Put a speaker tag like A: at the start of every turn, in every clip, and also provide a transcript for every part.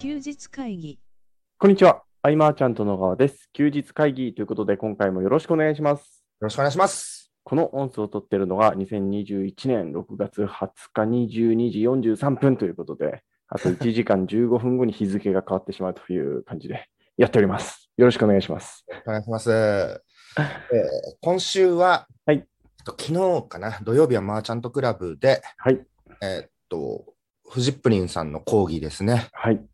A: 休日会議
B: こんにちは。アイマーちゃんと野川です。休日会議ということで、今回もよろしくお願いします。
C: よろしくお願いします。
B: この音声を取っているのが2021年6月20日22時43分ということで、あと1時間15分後に日付が変わってしまうという感じでやっております。よろしくお願いします。
C: お願い します。えー今週は、
B: はい
C: えっと昨日かな、土曜日はマーチャントクラブで、
B: はい。
C: えーっと、フジップリンさんの講義ですね。
B: はい。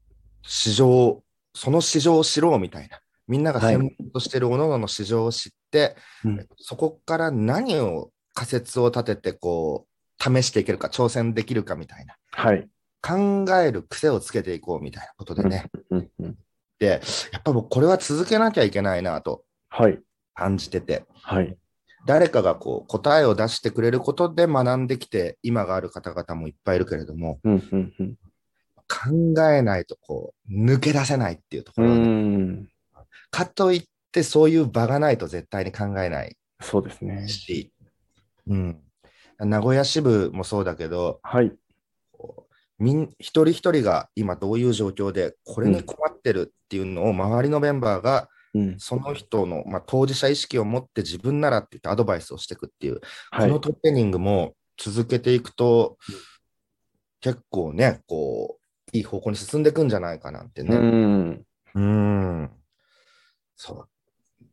C: 市場、その市場を知ろうみたいな。みんなが専門としてる各々の市場を知って、
B: うん
C: そこから何を仮説を立てて、こう、試していけるか、挑戦できるかみたいな。
B: はい。
C: 考える癖をつけていこうみたいなことでね。
B: うんうん
C: で、やっぱ僕これは続けなきゃいけないなと
B: はい。
C: 感じてて。
B: はい。
C: 誰かがこう答えを出してくれることで学んできて今がある方々もいっぱいいるけれども
B: うんうんうん
C: 考えないとこう抜け出せないっていうとこ
B: う
C: ろ、ね、
B: ーん。
C: かといってそういう場がないと絶対に考えない
B: そうですね。
C: し、うん、名古屋支部もそうだけど
B: はい。
C: こうみん一人一人が今どういう状況でこれに困ってるっていうのを周りのメンバーが
B: うん。
C: その人の、まあ、当事者意識を持って自分ならって言ってアドバイスをしていくっていう
B: は
C: この
B: い。
C: トレーニングも続けていくと、結構ね、こう、いい方向に進んでいくんじゃないかなって
B: う
C: ね。
B: ん。
C: うん。そう。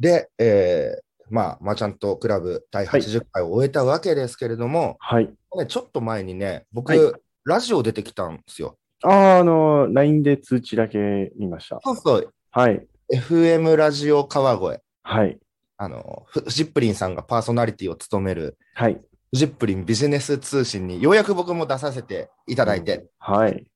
C: で、えーまあ、マーチャントクラブ第80回を終えたわけですけれども、
B: はい。
C: ね、ちょっと前にね、僕、
B: はい
C: ラジオ出てきたんですよ。
B: あー、あの、LINE で通知だけ見ました。
C: そうそう、
B: はい。
C: FM ラジオ川越。
B: はい。
C: あの、フフジップリンさんがパーソナリティを務める、
B: はい。
C: フジップリンビジネス通信にようやく僕も出させていただいて、
B: はい。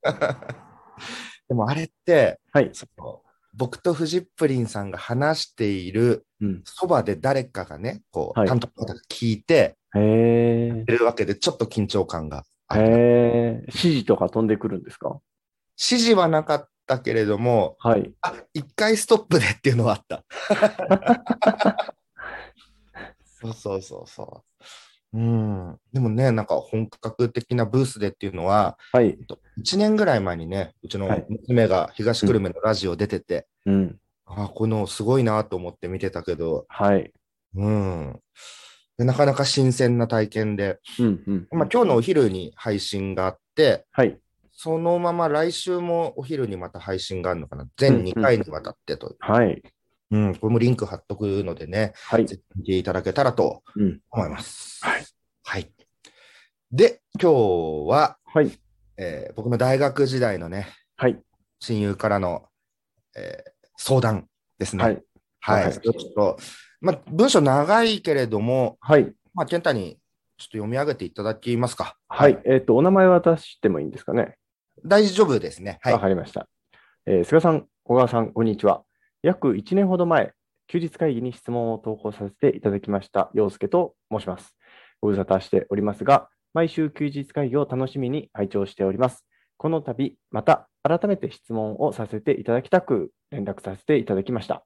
C: でもあれって、
B: はい。
C: その僕とフジップリンさんが話している
B: うん。
C: そばで誰かがね、こう、
B: はい
C: 担当の方が聞いて
B: へえ。
C: るわけで、ちょっと緊張感がある。
B: へえ。指示とか飛んでくるんですか
C: 指示はなかったけれども、
B: はい。
C: あ一回ストップでっていうのはあった。そうそうそうそう。うん、でもね、なんか本格的なブースでっていうのは、
B: はい。
C: 1年ぐらい前にね、うちの娘が東久留米のラジオ出てて、
B: うん。
C: あ、このすごいなと思って見てたけど、
B: はい。
C: うん。でなかなか新鮮な体験で、
B: うん。うん。
C: まあ、今日のお昼に配信があって、
B: はい。
C: そのまま来週もお昼にまた配信があるのかな。全2回にわたってと。
B: はい。
C: うん、これもリンク貼っとくのでね、
B: はい。
C: ぜひ見ていただけたらと
B: うん。
C: 思います。
B: はい。
C: はい。で、今日は、
B: はい。
C: えー僕の大学時代のね、
B: はい。
C: 親友からの、えー相談ですね。
B: はい。
C: はい、
B: はい
C: それをちょっと、まあ、文章長いけれども、
B: はい。
C: まあ、健太にちょっと読み上げていただきますか。
B: はい。。えっと、お名前は出してもいいんですかね
C: 大丈夫ですね。はい
B: わ。かりました。えー菅さん、小川さん、こんにちは。約1年ほど前、休日会議に質問を投稿させていただきました、陽介と申します。ご無沙汰しておりますが、毎週休日会議を楽しみに拝聴しております。この度、また改めて質問をさせていただきたく、連絡させていただきました。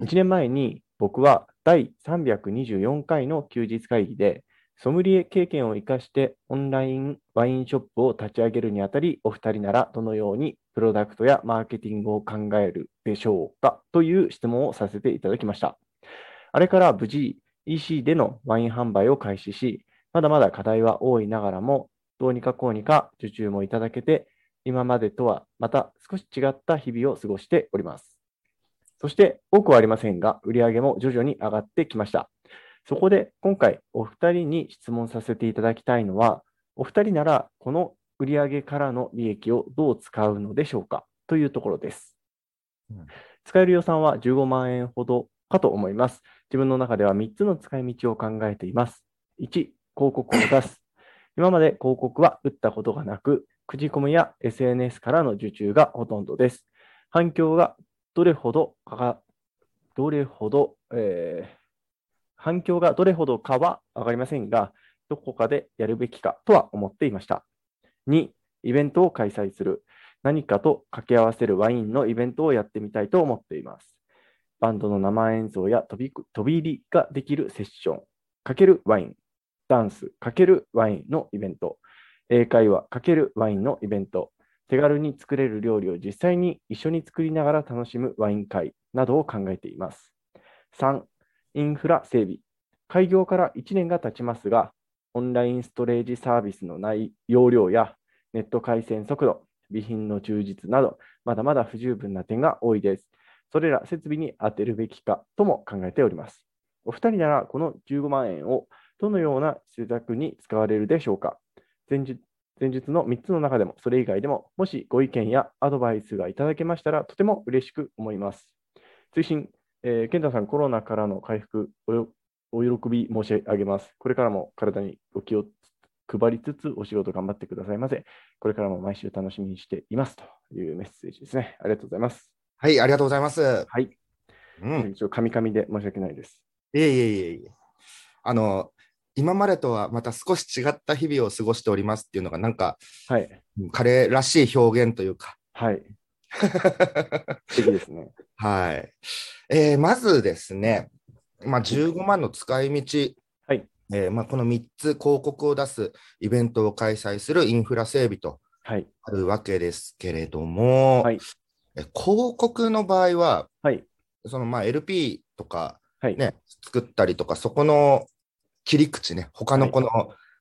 B: 1年前に僕は第324回の休日会議で、ソムリエ経験を生かしてオンラインワインショップを立ち上げるにあたり、お二人ならどのようにプロダクトやマーケティングを考えるでしょうかという質問をさせていただきました。あれから無事 EC でのワイン販売を開始し、まだまだ課題は多いながらも、どうにかこうにか受注もいただけて、今までとはまた少し違った日々を過ごしております。そして多くはありませんが、売り上げも徐々に上がってきました。そこで今回お二人に質問させていただきたいのは、お二人ならこの売上からの利益をどう使うのでしょうかというところです。
C: うん
B: 使える予算は15万円ほどかと思います。自分の中では3つの使い道を考えています。1、広告を出す。今まで広告は打ったことがなく、口コミや SNS からの受注がほとんどです。反響がどれほどかか、どれほど、えー反響がどれほどかは分かりませんが、どこかでやるべきかとは思っていました。2、イベントを開催する。何かと掛け合わせるワインのイベントをやってみたいと思っています。バンドの生演奏や飛び飛び入りができるセッション、かけるワイン、ダンスかけるワインのイベント、英会話かけるワインのイベント、手軽に作れる料理を実際に一緒に作りながら楽しむワイン会などを考えています。3、インフラ整備。開業から1年が経ちますが、オンラインストレージサービスの内容量やネット回線速度、備品の充実など、まだまだ不十分な点が多いです。それら設備に当てるべきかとも考えております。お二人ならこの15万円をどのような施策に使われるでしょうか前述前述の3つの中でも、それ以外でも、もしご意見やアドバイスがいただけましたら、とても嬉しく思います。推進、えー、健太さん、コロナからの回復およ、お喜び申し上げます。これからも体にお気を配りつつ、お仕事頑張ってくださいませ。これからも毎週楽しみにしていますというメッセージですね。ありがとうございます。
C: はい、ありがとうございます。
B: はい。
C: うん。
B: 一応、カミカミで申し訳ないです。
C: いえいえいえいえ。あの、今までとはまた少し違った日々を過ごしておりますっていうのが、なんか、
B: はい。
C: 彼らしい表現というか。
B: はい。素敵ですね。
C: はい。えーまずですね、まあ、15万の使い道。
B: はい
C: えーまあ、この3つ広告を出すイベントを開催するインフラ整備と
B: はい。
C: あるわけですけれども、
B: はい
C: え広告の場合は、
B: はい。
C: そのまあ LP とか、
B: はい。
C: ね、作ったりとか、そこの切り口ね、他のこの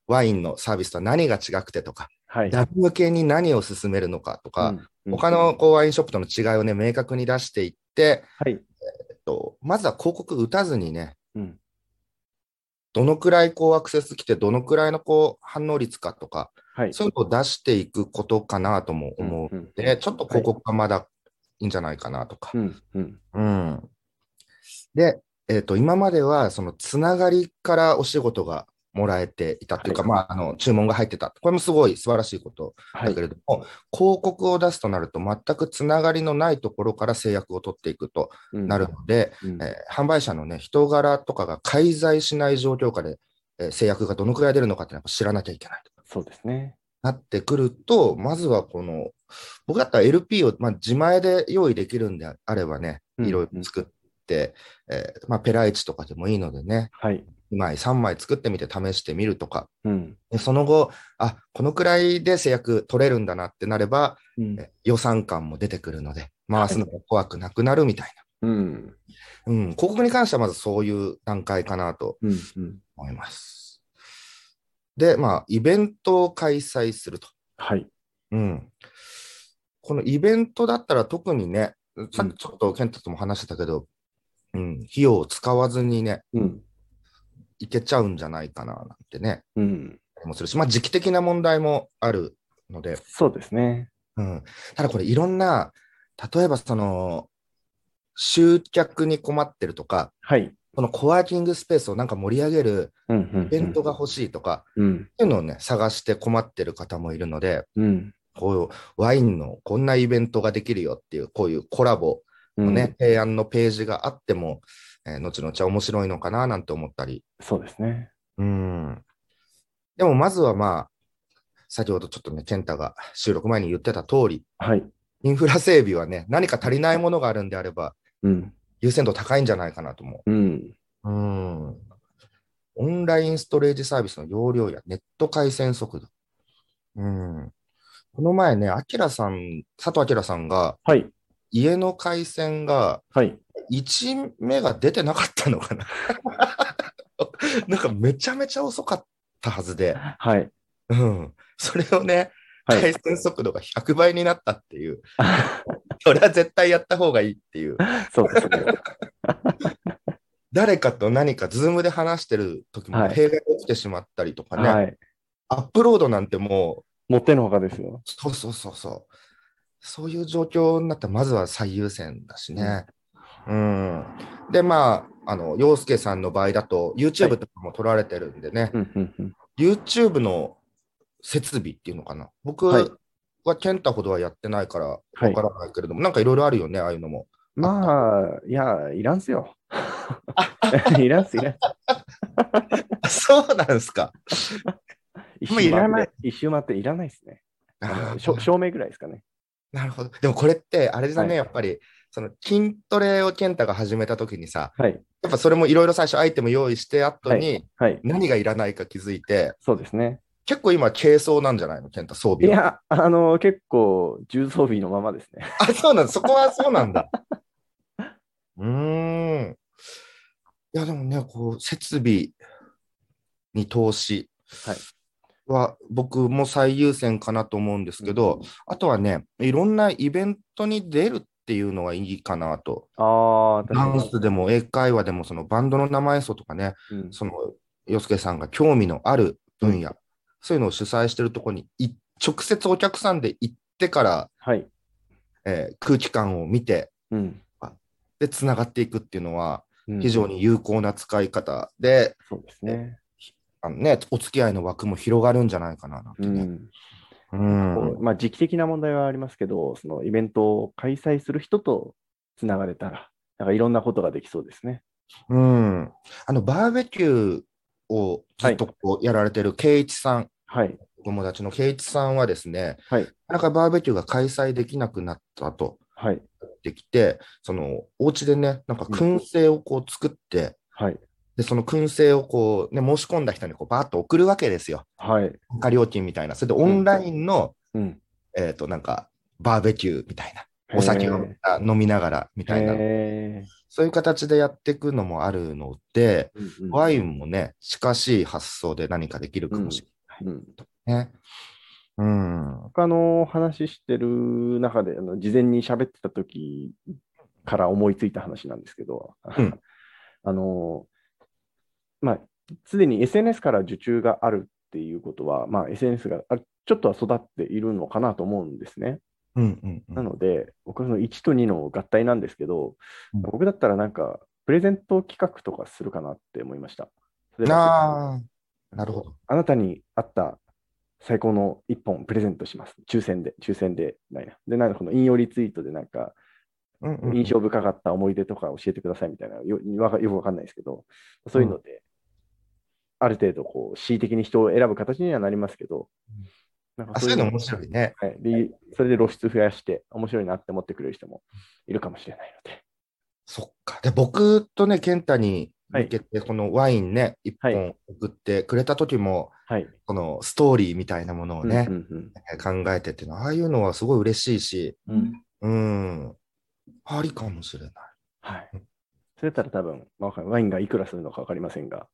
C: ワインのサービスとは何が違くてとか、
B: はい。
C: ダブル系に何を進めるのかとか、
B: うん
C: 他、のこうワインショップとの違いをね、明確に出していって、
B: はい。
C: えっと、まずは広告打たずにね、
B: うん。
C: どのくらいこうアクセス来て、どのくらいのこう反応率かとか、
B: はい。
C: そういうのを出していくことかなとも思う
B: うん。
C: ので、ちょっと広告がまだいいんじゃないかなとか。
B: うん。うん。
C: うんで、えっと今まではそのつながりからお仕事がもらえていたというか、
B: はい
C: まあ、あの注文が入ってた、これもすごい素晴らしいこと
B: は
C: だ
B: い
C: け。れども、広告を出すとなると、全くつながりのないところから制約を取っていくとなるので、
B: うん。
C: えー販売者の、ね、人柄とかが介在しない状況下で、えー制約がどのくらい出るのかっていうのは知らなきゃいけないと
B: そうですね。
C: なってくると、まずはこの、僕だったら LP を、まあ、自前で用意できるんであればね、
B: うん
C: いろいろ作って、えーまあ、ペライチとかでもいいのでね、
B: はい。
C: 2枚、3枚作ってみて試してみるとか、
B: うん。
C: でその後、あこのくらいで制約取れるんだなってなれば、
B: うん
C: えー予算感も出てくるので、回すのが怖くなくなるみたいな。
B: うん。
C: うん、広告に関してはまずそういう段階かなと
B: うん。うん。
C: 思います。で、まあ、イベントを開催すると。
B: はい。
C: うん。このイベントだったら特にね、さっ
B: うん
C: きちょっと健太とも話してたけど、うん、費用を使わずにね、
B: うん。
C: いけちゃうんじゃないかななんてね、
B: うん。
C: もするし、まあ時期的な問題もあるので、
B: そうですね。
C: うん。ただこれいろんな、例えばその、集客に困ってるとか、
B: はい。
C: このコワーキングスペースをなんか盛り上げる
B: うん。うん。
C: イベントが。欲しいとか、
B: うん。
C: っていうのをね、探して困ってる方もいるので、
B: うん。
C: こうワインのこんなイベントができるよっていう、こういうコラボのね、。提案のページがあっても、えー後々は面白いのかななんて思ったり。
B: そうですね。
C: うん。でもまずはまあ、先ほどちょっとね、健太が収録前に言ってた通り、
B: はい。
C: インフラ整備はね、何か足りないものがあるんであれば、
B: うん。
C: 優先度高いんじゃないかなと思
B: うん。
C: う。うん。オンラインストレージサービスの容量やネット回線速度。うん。この前ね、アキラさん、佐藤明さんが、
B: はい。
C: 家の回線が
B: はい。
C: 1目が出てなかったのかな なんかめちゃめちゃ遅かったはずで、
B: はい。
C: うん、それをね、
B: はい。
C: 回線速度が100倍になったっていう、それは絶対やった方がいいっていう、
B: そうですね。
C: 誰かと何か、ズームで話してる時も
B: はい
C: 弊害が起きてしまったりとかね、
B: はい。
C: アップロードなんてもう、
B: もってのほかですよ。
C: そうそうそうそう、そういう状況になったら、まずは最優先だしね。うん、で、まあ、あの洋介さんの場合だと、YouTube とかも撮られてるんでね、
B: うん。うん。
C: YouTube の設備っていうのかな。僕
B: はい
C: は健太ほどはやってないからわ
B: は
C: か
B: い。
C: らないけれども、なんかいろいろあるよね、ああいう のも。
B: まあ、いや、いらんすよ。いらんす、いらんす。
C: そうなんですか。
B: 一
C: もう
B: 周
C: いら
B: 回
C: な
B: っ
C: い
B: て、一周回っていらないですね。あ
C: あ
B: の
C: ー
B: しょ照明ぐらいですかね。
C: なるほど。でもこれって、あれだね、
B: はい
C: やっぱり、その筋トレを健太が始めたときにさ、
B: はい。
C: やっぱそれもいろいろ最初アイテム用意して、後に
B: はい。
C: 何がいらないか気づいて、
B: そうですね。
C: 結構今、軽装なんじゃないの、健太、装
B: い
C: 備は。
B: や、あの、結構、重装備のままですね。
C: あ、そうなんだ、そこはそうなんだ。うーん。いや、でもね、こう、設備に投資
B: はい
C: は、僕も最優先かなと思うんですけど、あとはね、いろんなイベントに出るっていうのはいいかなと。
B: ああ、確
C: ダ
B: か
C: ン
B: に。
C: スでも英会話でも、そのバンドの生演奏とかね、
B: うん
C: その、洋介さんが興味のある分野、そういうのを主催してるところにい、直接お客さんで行ってから、
B: はい。
C: えー空気感を見て、
B: うん。
C: で、つながっていくっていうのは、
B: うん
C: 非常に有効な使い方で、
B: そうですね。
C: あのね、お付き合いの枠も広がるんじゃないかな、なんて
B: う
C: ね。
B: ん。
C: うん
B: こうまあ、時期的な問題はありますけど、そのイベントを開催する人とつながれたら、なんかいろんなことができそうですね。
C: うんあの、バーベキューをずっとこうやられてる圭一さん、
B: はい。
C: お友達の圭一さんはですね、
B: はい
C: なかなかバーベキューが開催できなくなったと。
B: はい。
C: できて、そのお家でね、なんか燻製をこう作って、
B: はい。
C: で、その燻製をこう、ね、申し込んだ人にこうバーッと送るわけですよ。
B: はい。
C: 参加料金みたいな。それでオンラインの、
B: うん。
C: えっ、と、なんか、バーベキューみたいな。お酒をあ飲みながらみたいな。
B: へー
C: そういう形でやっていくのもあるので、
B: うんうん
C: ワインもね、近しい発想で何かできるかもし
B: うん
C: れないね。うん。
B: 他の話してる中で、あの事前に喋ってた時から思いついた話なんですけど、
C: うん
B: あの、まあ、すでに SNS から受注があるっていうことは、まあ、SNS があちょっとは育っているのかなと思うんですね。
C: うんうんうん
B: なので、僕はその1と2の合体なんですけど、
C: うん
B: 僕だったらなんか、プレゼント企画とかするかなって思いました。例えば
C: ああ、なるほど。
B: あなたにあった最高の1本プレゼントします。抽選で、抽選でないな。で、なんかこの引用リツイートでなんか、
C: うんうんうん
B: 印象深かった思い出とか教えてくださいみたいな、よわかよくわかんないですけど、そういうので、ある程度こう、恣意的に人を選ぶ形にはなりますけど、なん
C: あそういうの面
B: い。
C: 白いね。
B: はい、でそれで露出増やして、面白いなって思ってくれる人もいるかもしれないので。
C: そっか。で、僕とね、健太に向けて、このワインね、一
B: はい
C: 本送ってくれた時も、
B: はい。
C: このストーリーみたいなものをね
B: う、ん
C: 考えてっていうのは、ああいうのはすごい嬉しいし、
B: うんうん
C: うん、ありかもしれない。
B: はい。それだったら多分、まあわかんないワインがいくらするのか分かりませんが、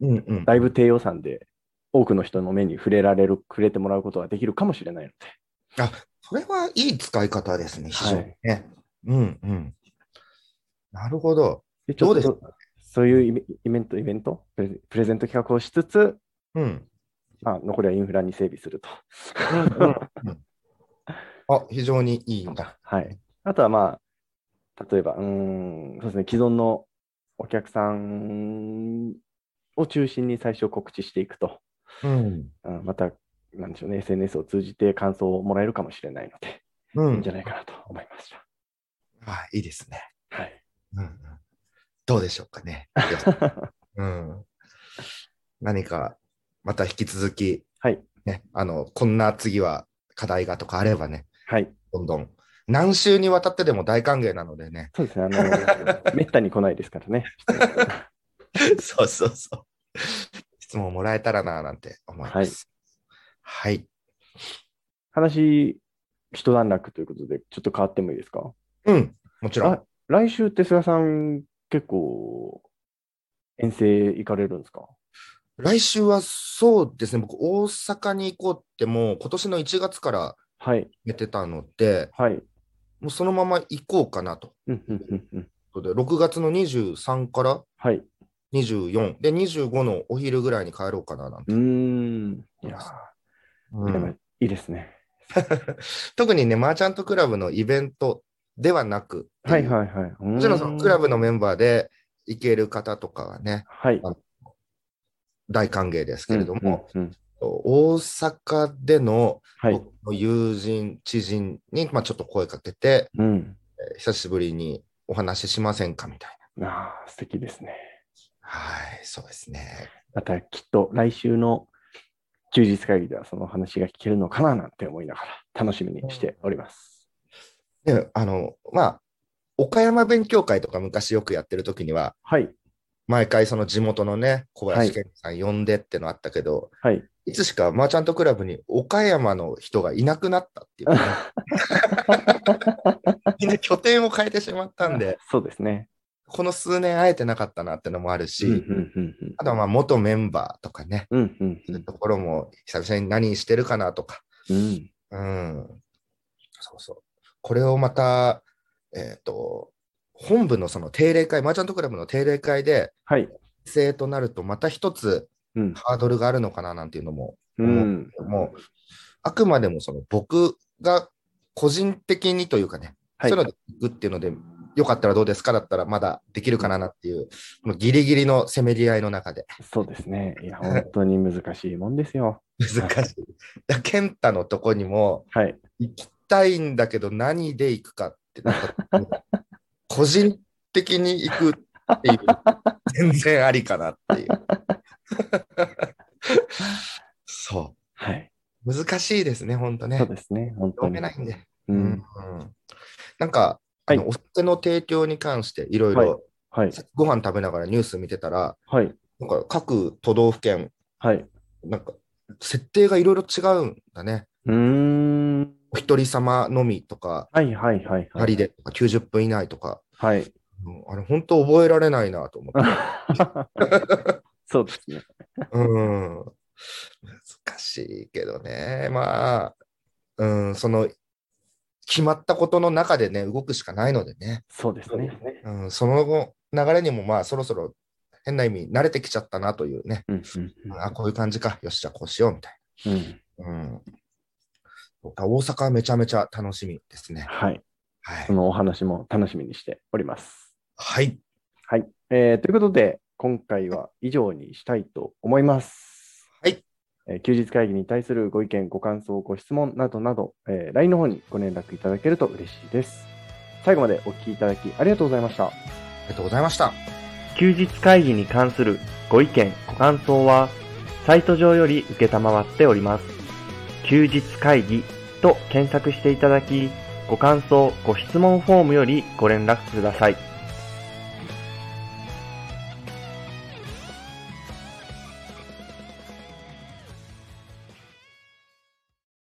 C: うんうん、
B: だいぶ低予算で多くの人の目に触れられる、触れてもらうことができるかもしれないので。
C: それはいい使い方ですね、非常にね。うんうん。なるほど。
B: でちょっと
C: どうで
B: そういうイベイベント、イベントプレゼン、プレゼント企画をしつつ、
C: うん。
B: まあ、残りはインフラに整備すると。
C: うんうんうんあ、非常にいいんだ。
B: はい。あとはまあ、例えば、うーん、そうですね、既存のお客さんを中心に最初告知していくと、
C: うん。
B: うんまた、なんでしょうね、SNS を通じて感想をもらえるかもしれないので、
C: う
B: いいん
C: ん
B: じ。ゃないかなと思いました。
C: あ、いいですね。
B: はい。
C: うんうん、どうでしょうかね。うん、何か、また引き続き、
B: はい。
C: ね、あの、こんな次は課題がとかあればね、
B: はい。
C: どんどん、何週にわたってでも大歓迎なのでね。
B: そうですね、あの、 めったに来ないですからね。
C: そうそうそう。質問もらえたらな、なんて思います。はい。
B: 話、一段落ということで、ちょっと変わってもいいですか
C: うん、もちろん
B: あ。来週って菅さん、結構、遠征行かれるんですか
C: 来週はそうですね、僕、大阪に行こうって、もう今年の1月から
B: はい、
C: 決めてたので、
B: はい。
C: もうそのまま行こうかなと。
B: うんうんうんうん
C: ということで、6月の23から
B: はい。
C: 24で25のお昼ぐらいに帰ろうかななんて
B: うーん。いや
C: う
B: ー、でも
C: ん
B: いいですね。
C: 特にねマーチャントクラブのイベントではなく
B: はい
C: い
B: はいはい。も
C: もちろんそのクラブのメンバーで行ける方とかはね
B: はい。
C: 大歓迎ですけれども、
B: うん。うんうん
C: 大阪での
B: はい。
C: 僕の友人知人に、まあ、ちょっと声かけて
B: うん。
C: えー久しぶりにお話ししませんかみたいな
B: ああ、素敵ですね。
C: はいそうですね
B: またきっと来週の休日会議ではその話が聞けるのかななんて思いながら楽しみにしております。
C: であのまあ岡山勉強会とか昔よくやってる時には
B: はい。
C: 毎回その地元のね、小
B: はい
C: 林健さん呼んでってのあったけど、
B: はい。
C: いつしかマーチャントクラブに岡山の人がいなくなったっ ていうね、みんな拠点を変えてしまったんで、
B: そうですね。
C: この数年会えてなかったなってのもあるし、
B: うんうんうん
C: あとはまあ元メンバーとかね、
B: うんうん
C: そういうところも久々に何してるかなとか、
B: うん
C: うん。そうそう。これをまた、えっ、と、本部のその定例会、マーチャントクラブの定例会で、
B: はい。
C: 制となると、また一つ
B: うん
C: ハードルがあるのかななんていうのも、
B: うん
C: もう、あくまでもその僕が個人的にというかね、
B: はい
C: そういうので行くっていうので、よかったらどうですかだったらまだできるかななっていう、もうギリギリのせめぎ合いの中で。
B: そうですね。いや、本当に難しいもんですよ。
C: 難しい。だから健太のとこにも、
B: はい。
C: 行きたいんだけど何で行くかってなった 時に個人的に行くっていう全然ありかなっていう そ
B: はい。
C: う難しいですねほんとね
B: そうですね。本当
C: 読
B: に
C: め。ないんで、
B: う
C: うん
B: ん。
C: なんかあの、
B: はい
C: お酒の提供に関していろい
B: はい
C: ろ
B: はい。
C: ご飯食べながらニュース見てたら
B: はい。
C: なんか各都道府県
B: はい。
C: なんか設定がいろいろ違うんだね
B: うーん。
C: お一人様のみとか
B: はいはいはい
C: 2
B: はい。
C: 人でとか90分以内とか
B: はい。
C: うんあれ、本当覚えられないなと思って。
B: そうですね。
C: うん。難しいけどね。まあ、うん、その、決まったことの中でね、動くしかないのでね。
B: そうですね。
C: うん、その後流れにも、まあ、そろそろ、変な意味、慣れてきちゃったなというね。
B: うん
C: うんあ、こういう感じか。よし、じゃあこうしよう、みたい
B: うんうん。
C: な。うん。そうか大阪はめちゃめちゃ楽しみですね。
B: はい。
C: はい
B: そ。のお話も楽しみにしております。
C: はい。
B: はい。えーということで、今回は以上にしたいと思います。
C: はい。
B: えー休日会議に対するご意見、ご感想、ご質問などなど、えー LINE の方にご連絡いただけると嬉しいです。最後までお聞きいただきありがとうございました。
C: ありがとうございました。
B: 休日会議に関するご意見、ご感想は、サイト上より受けたまわっております。休日会議と検索していただき、ご感想、ご質問フォームよりご連絡ください。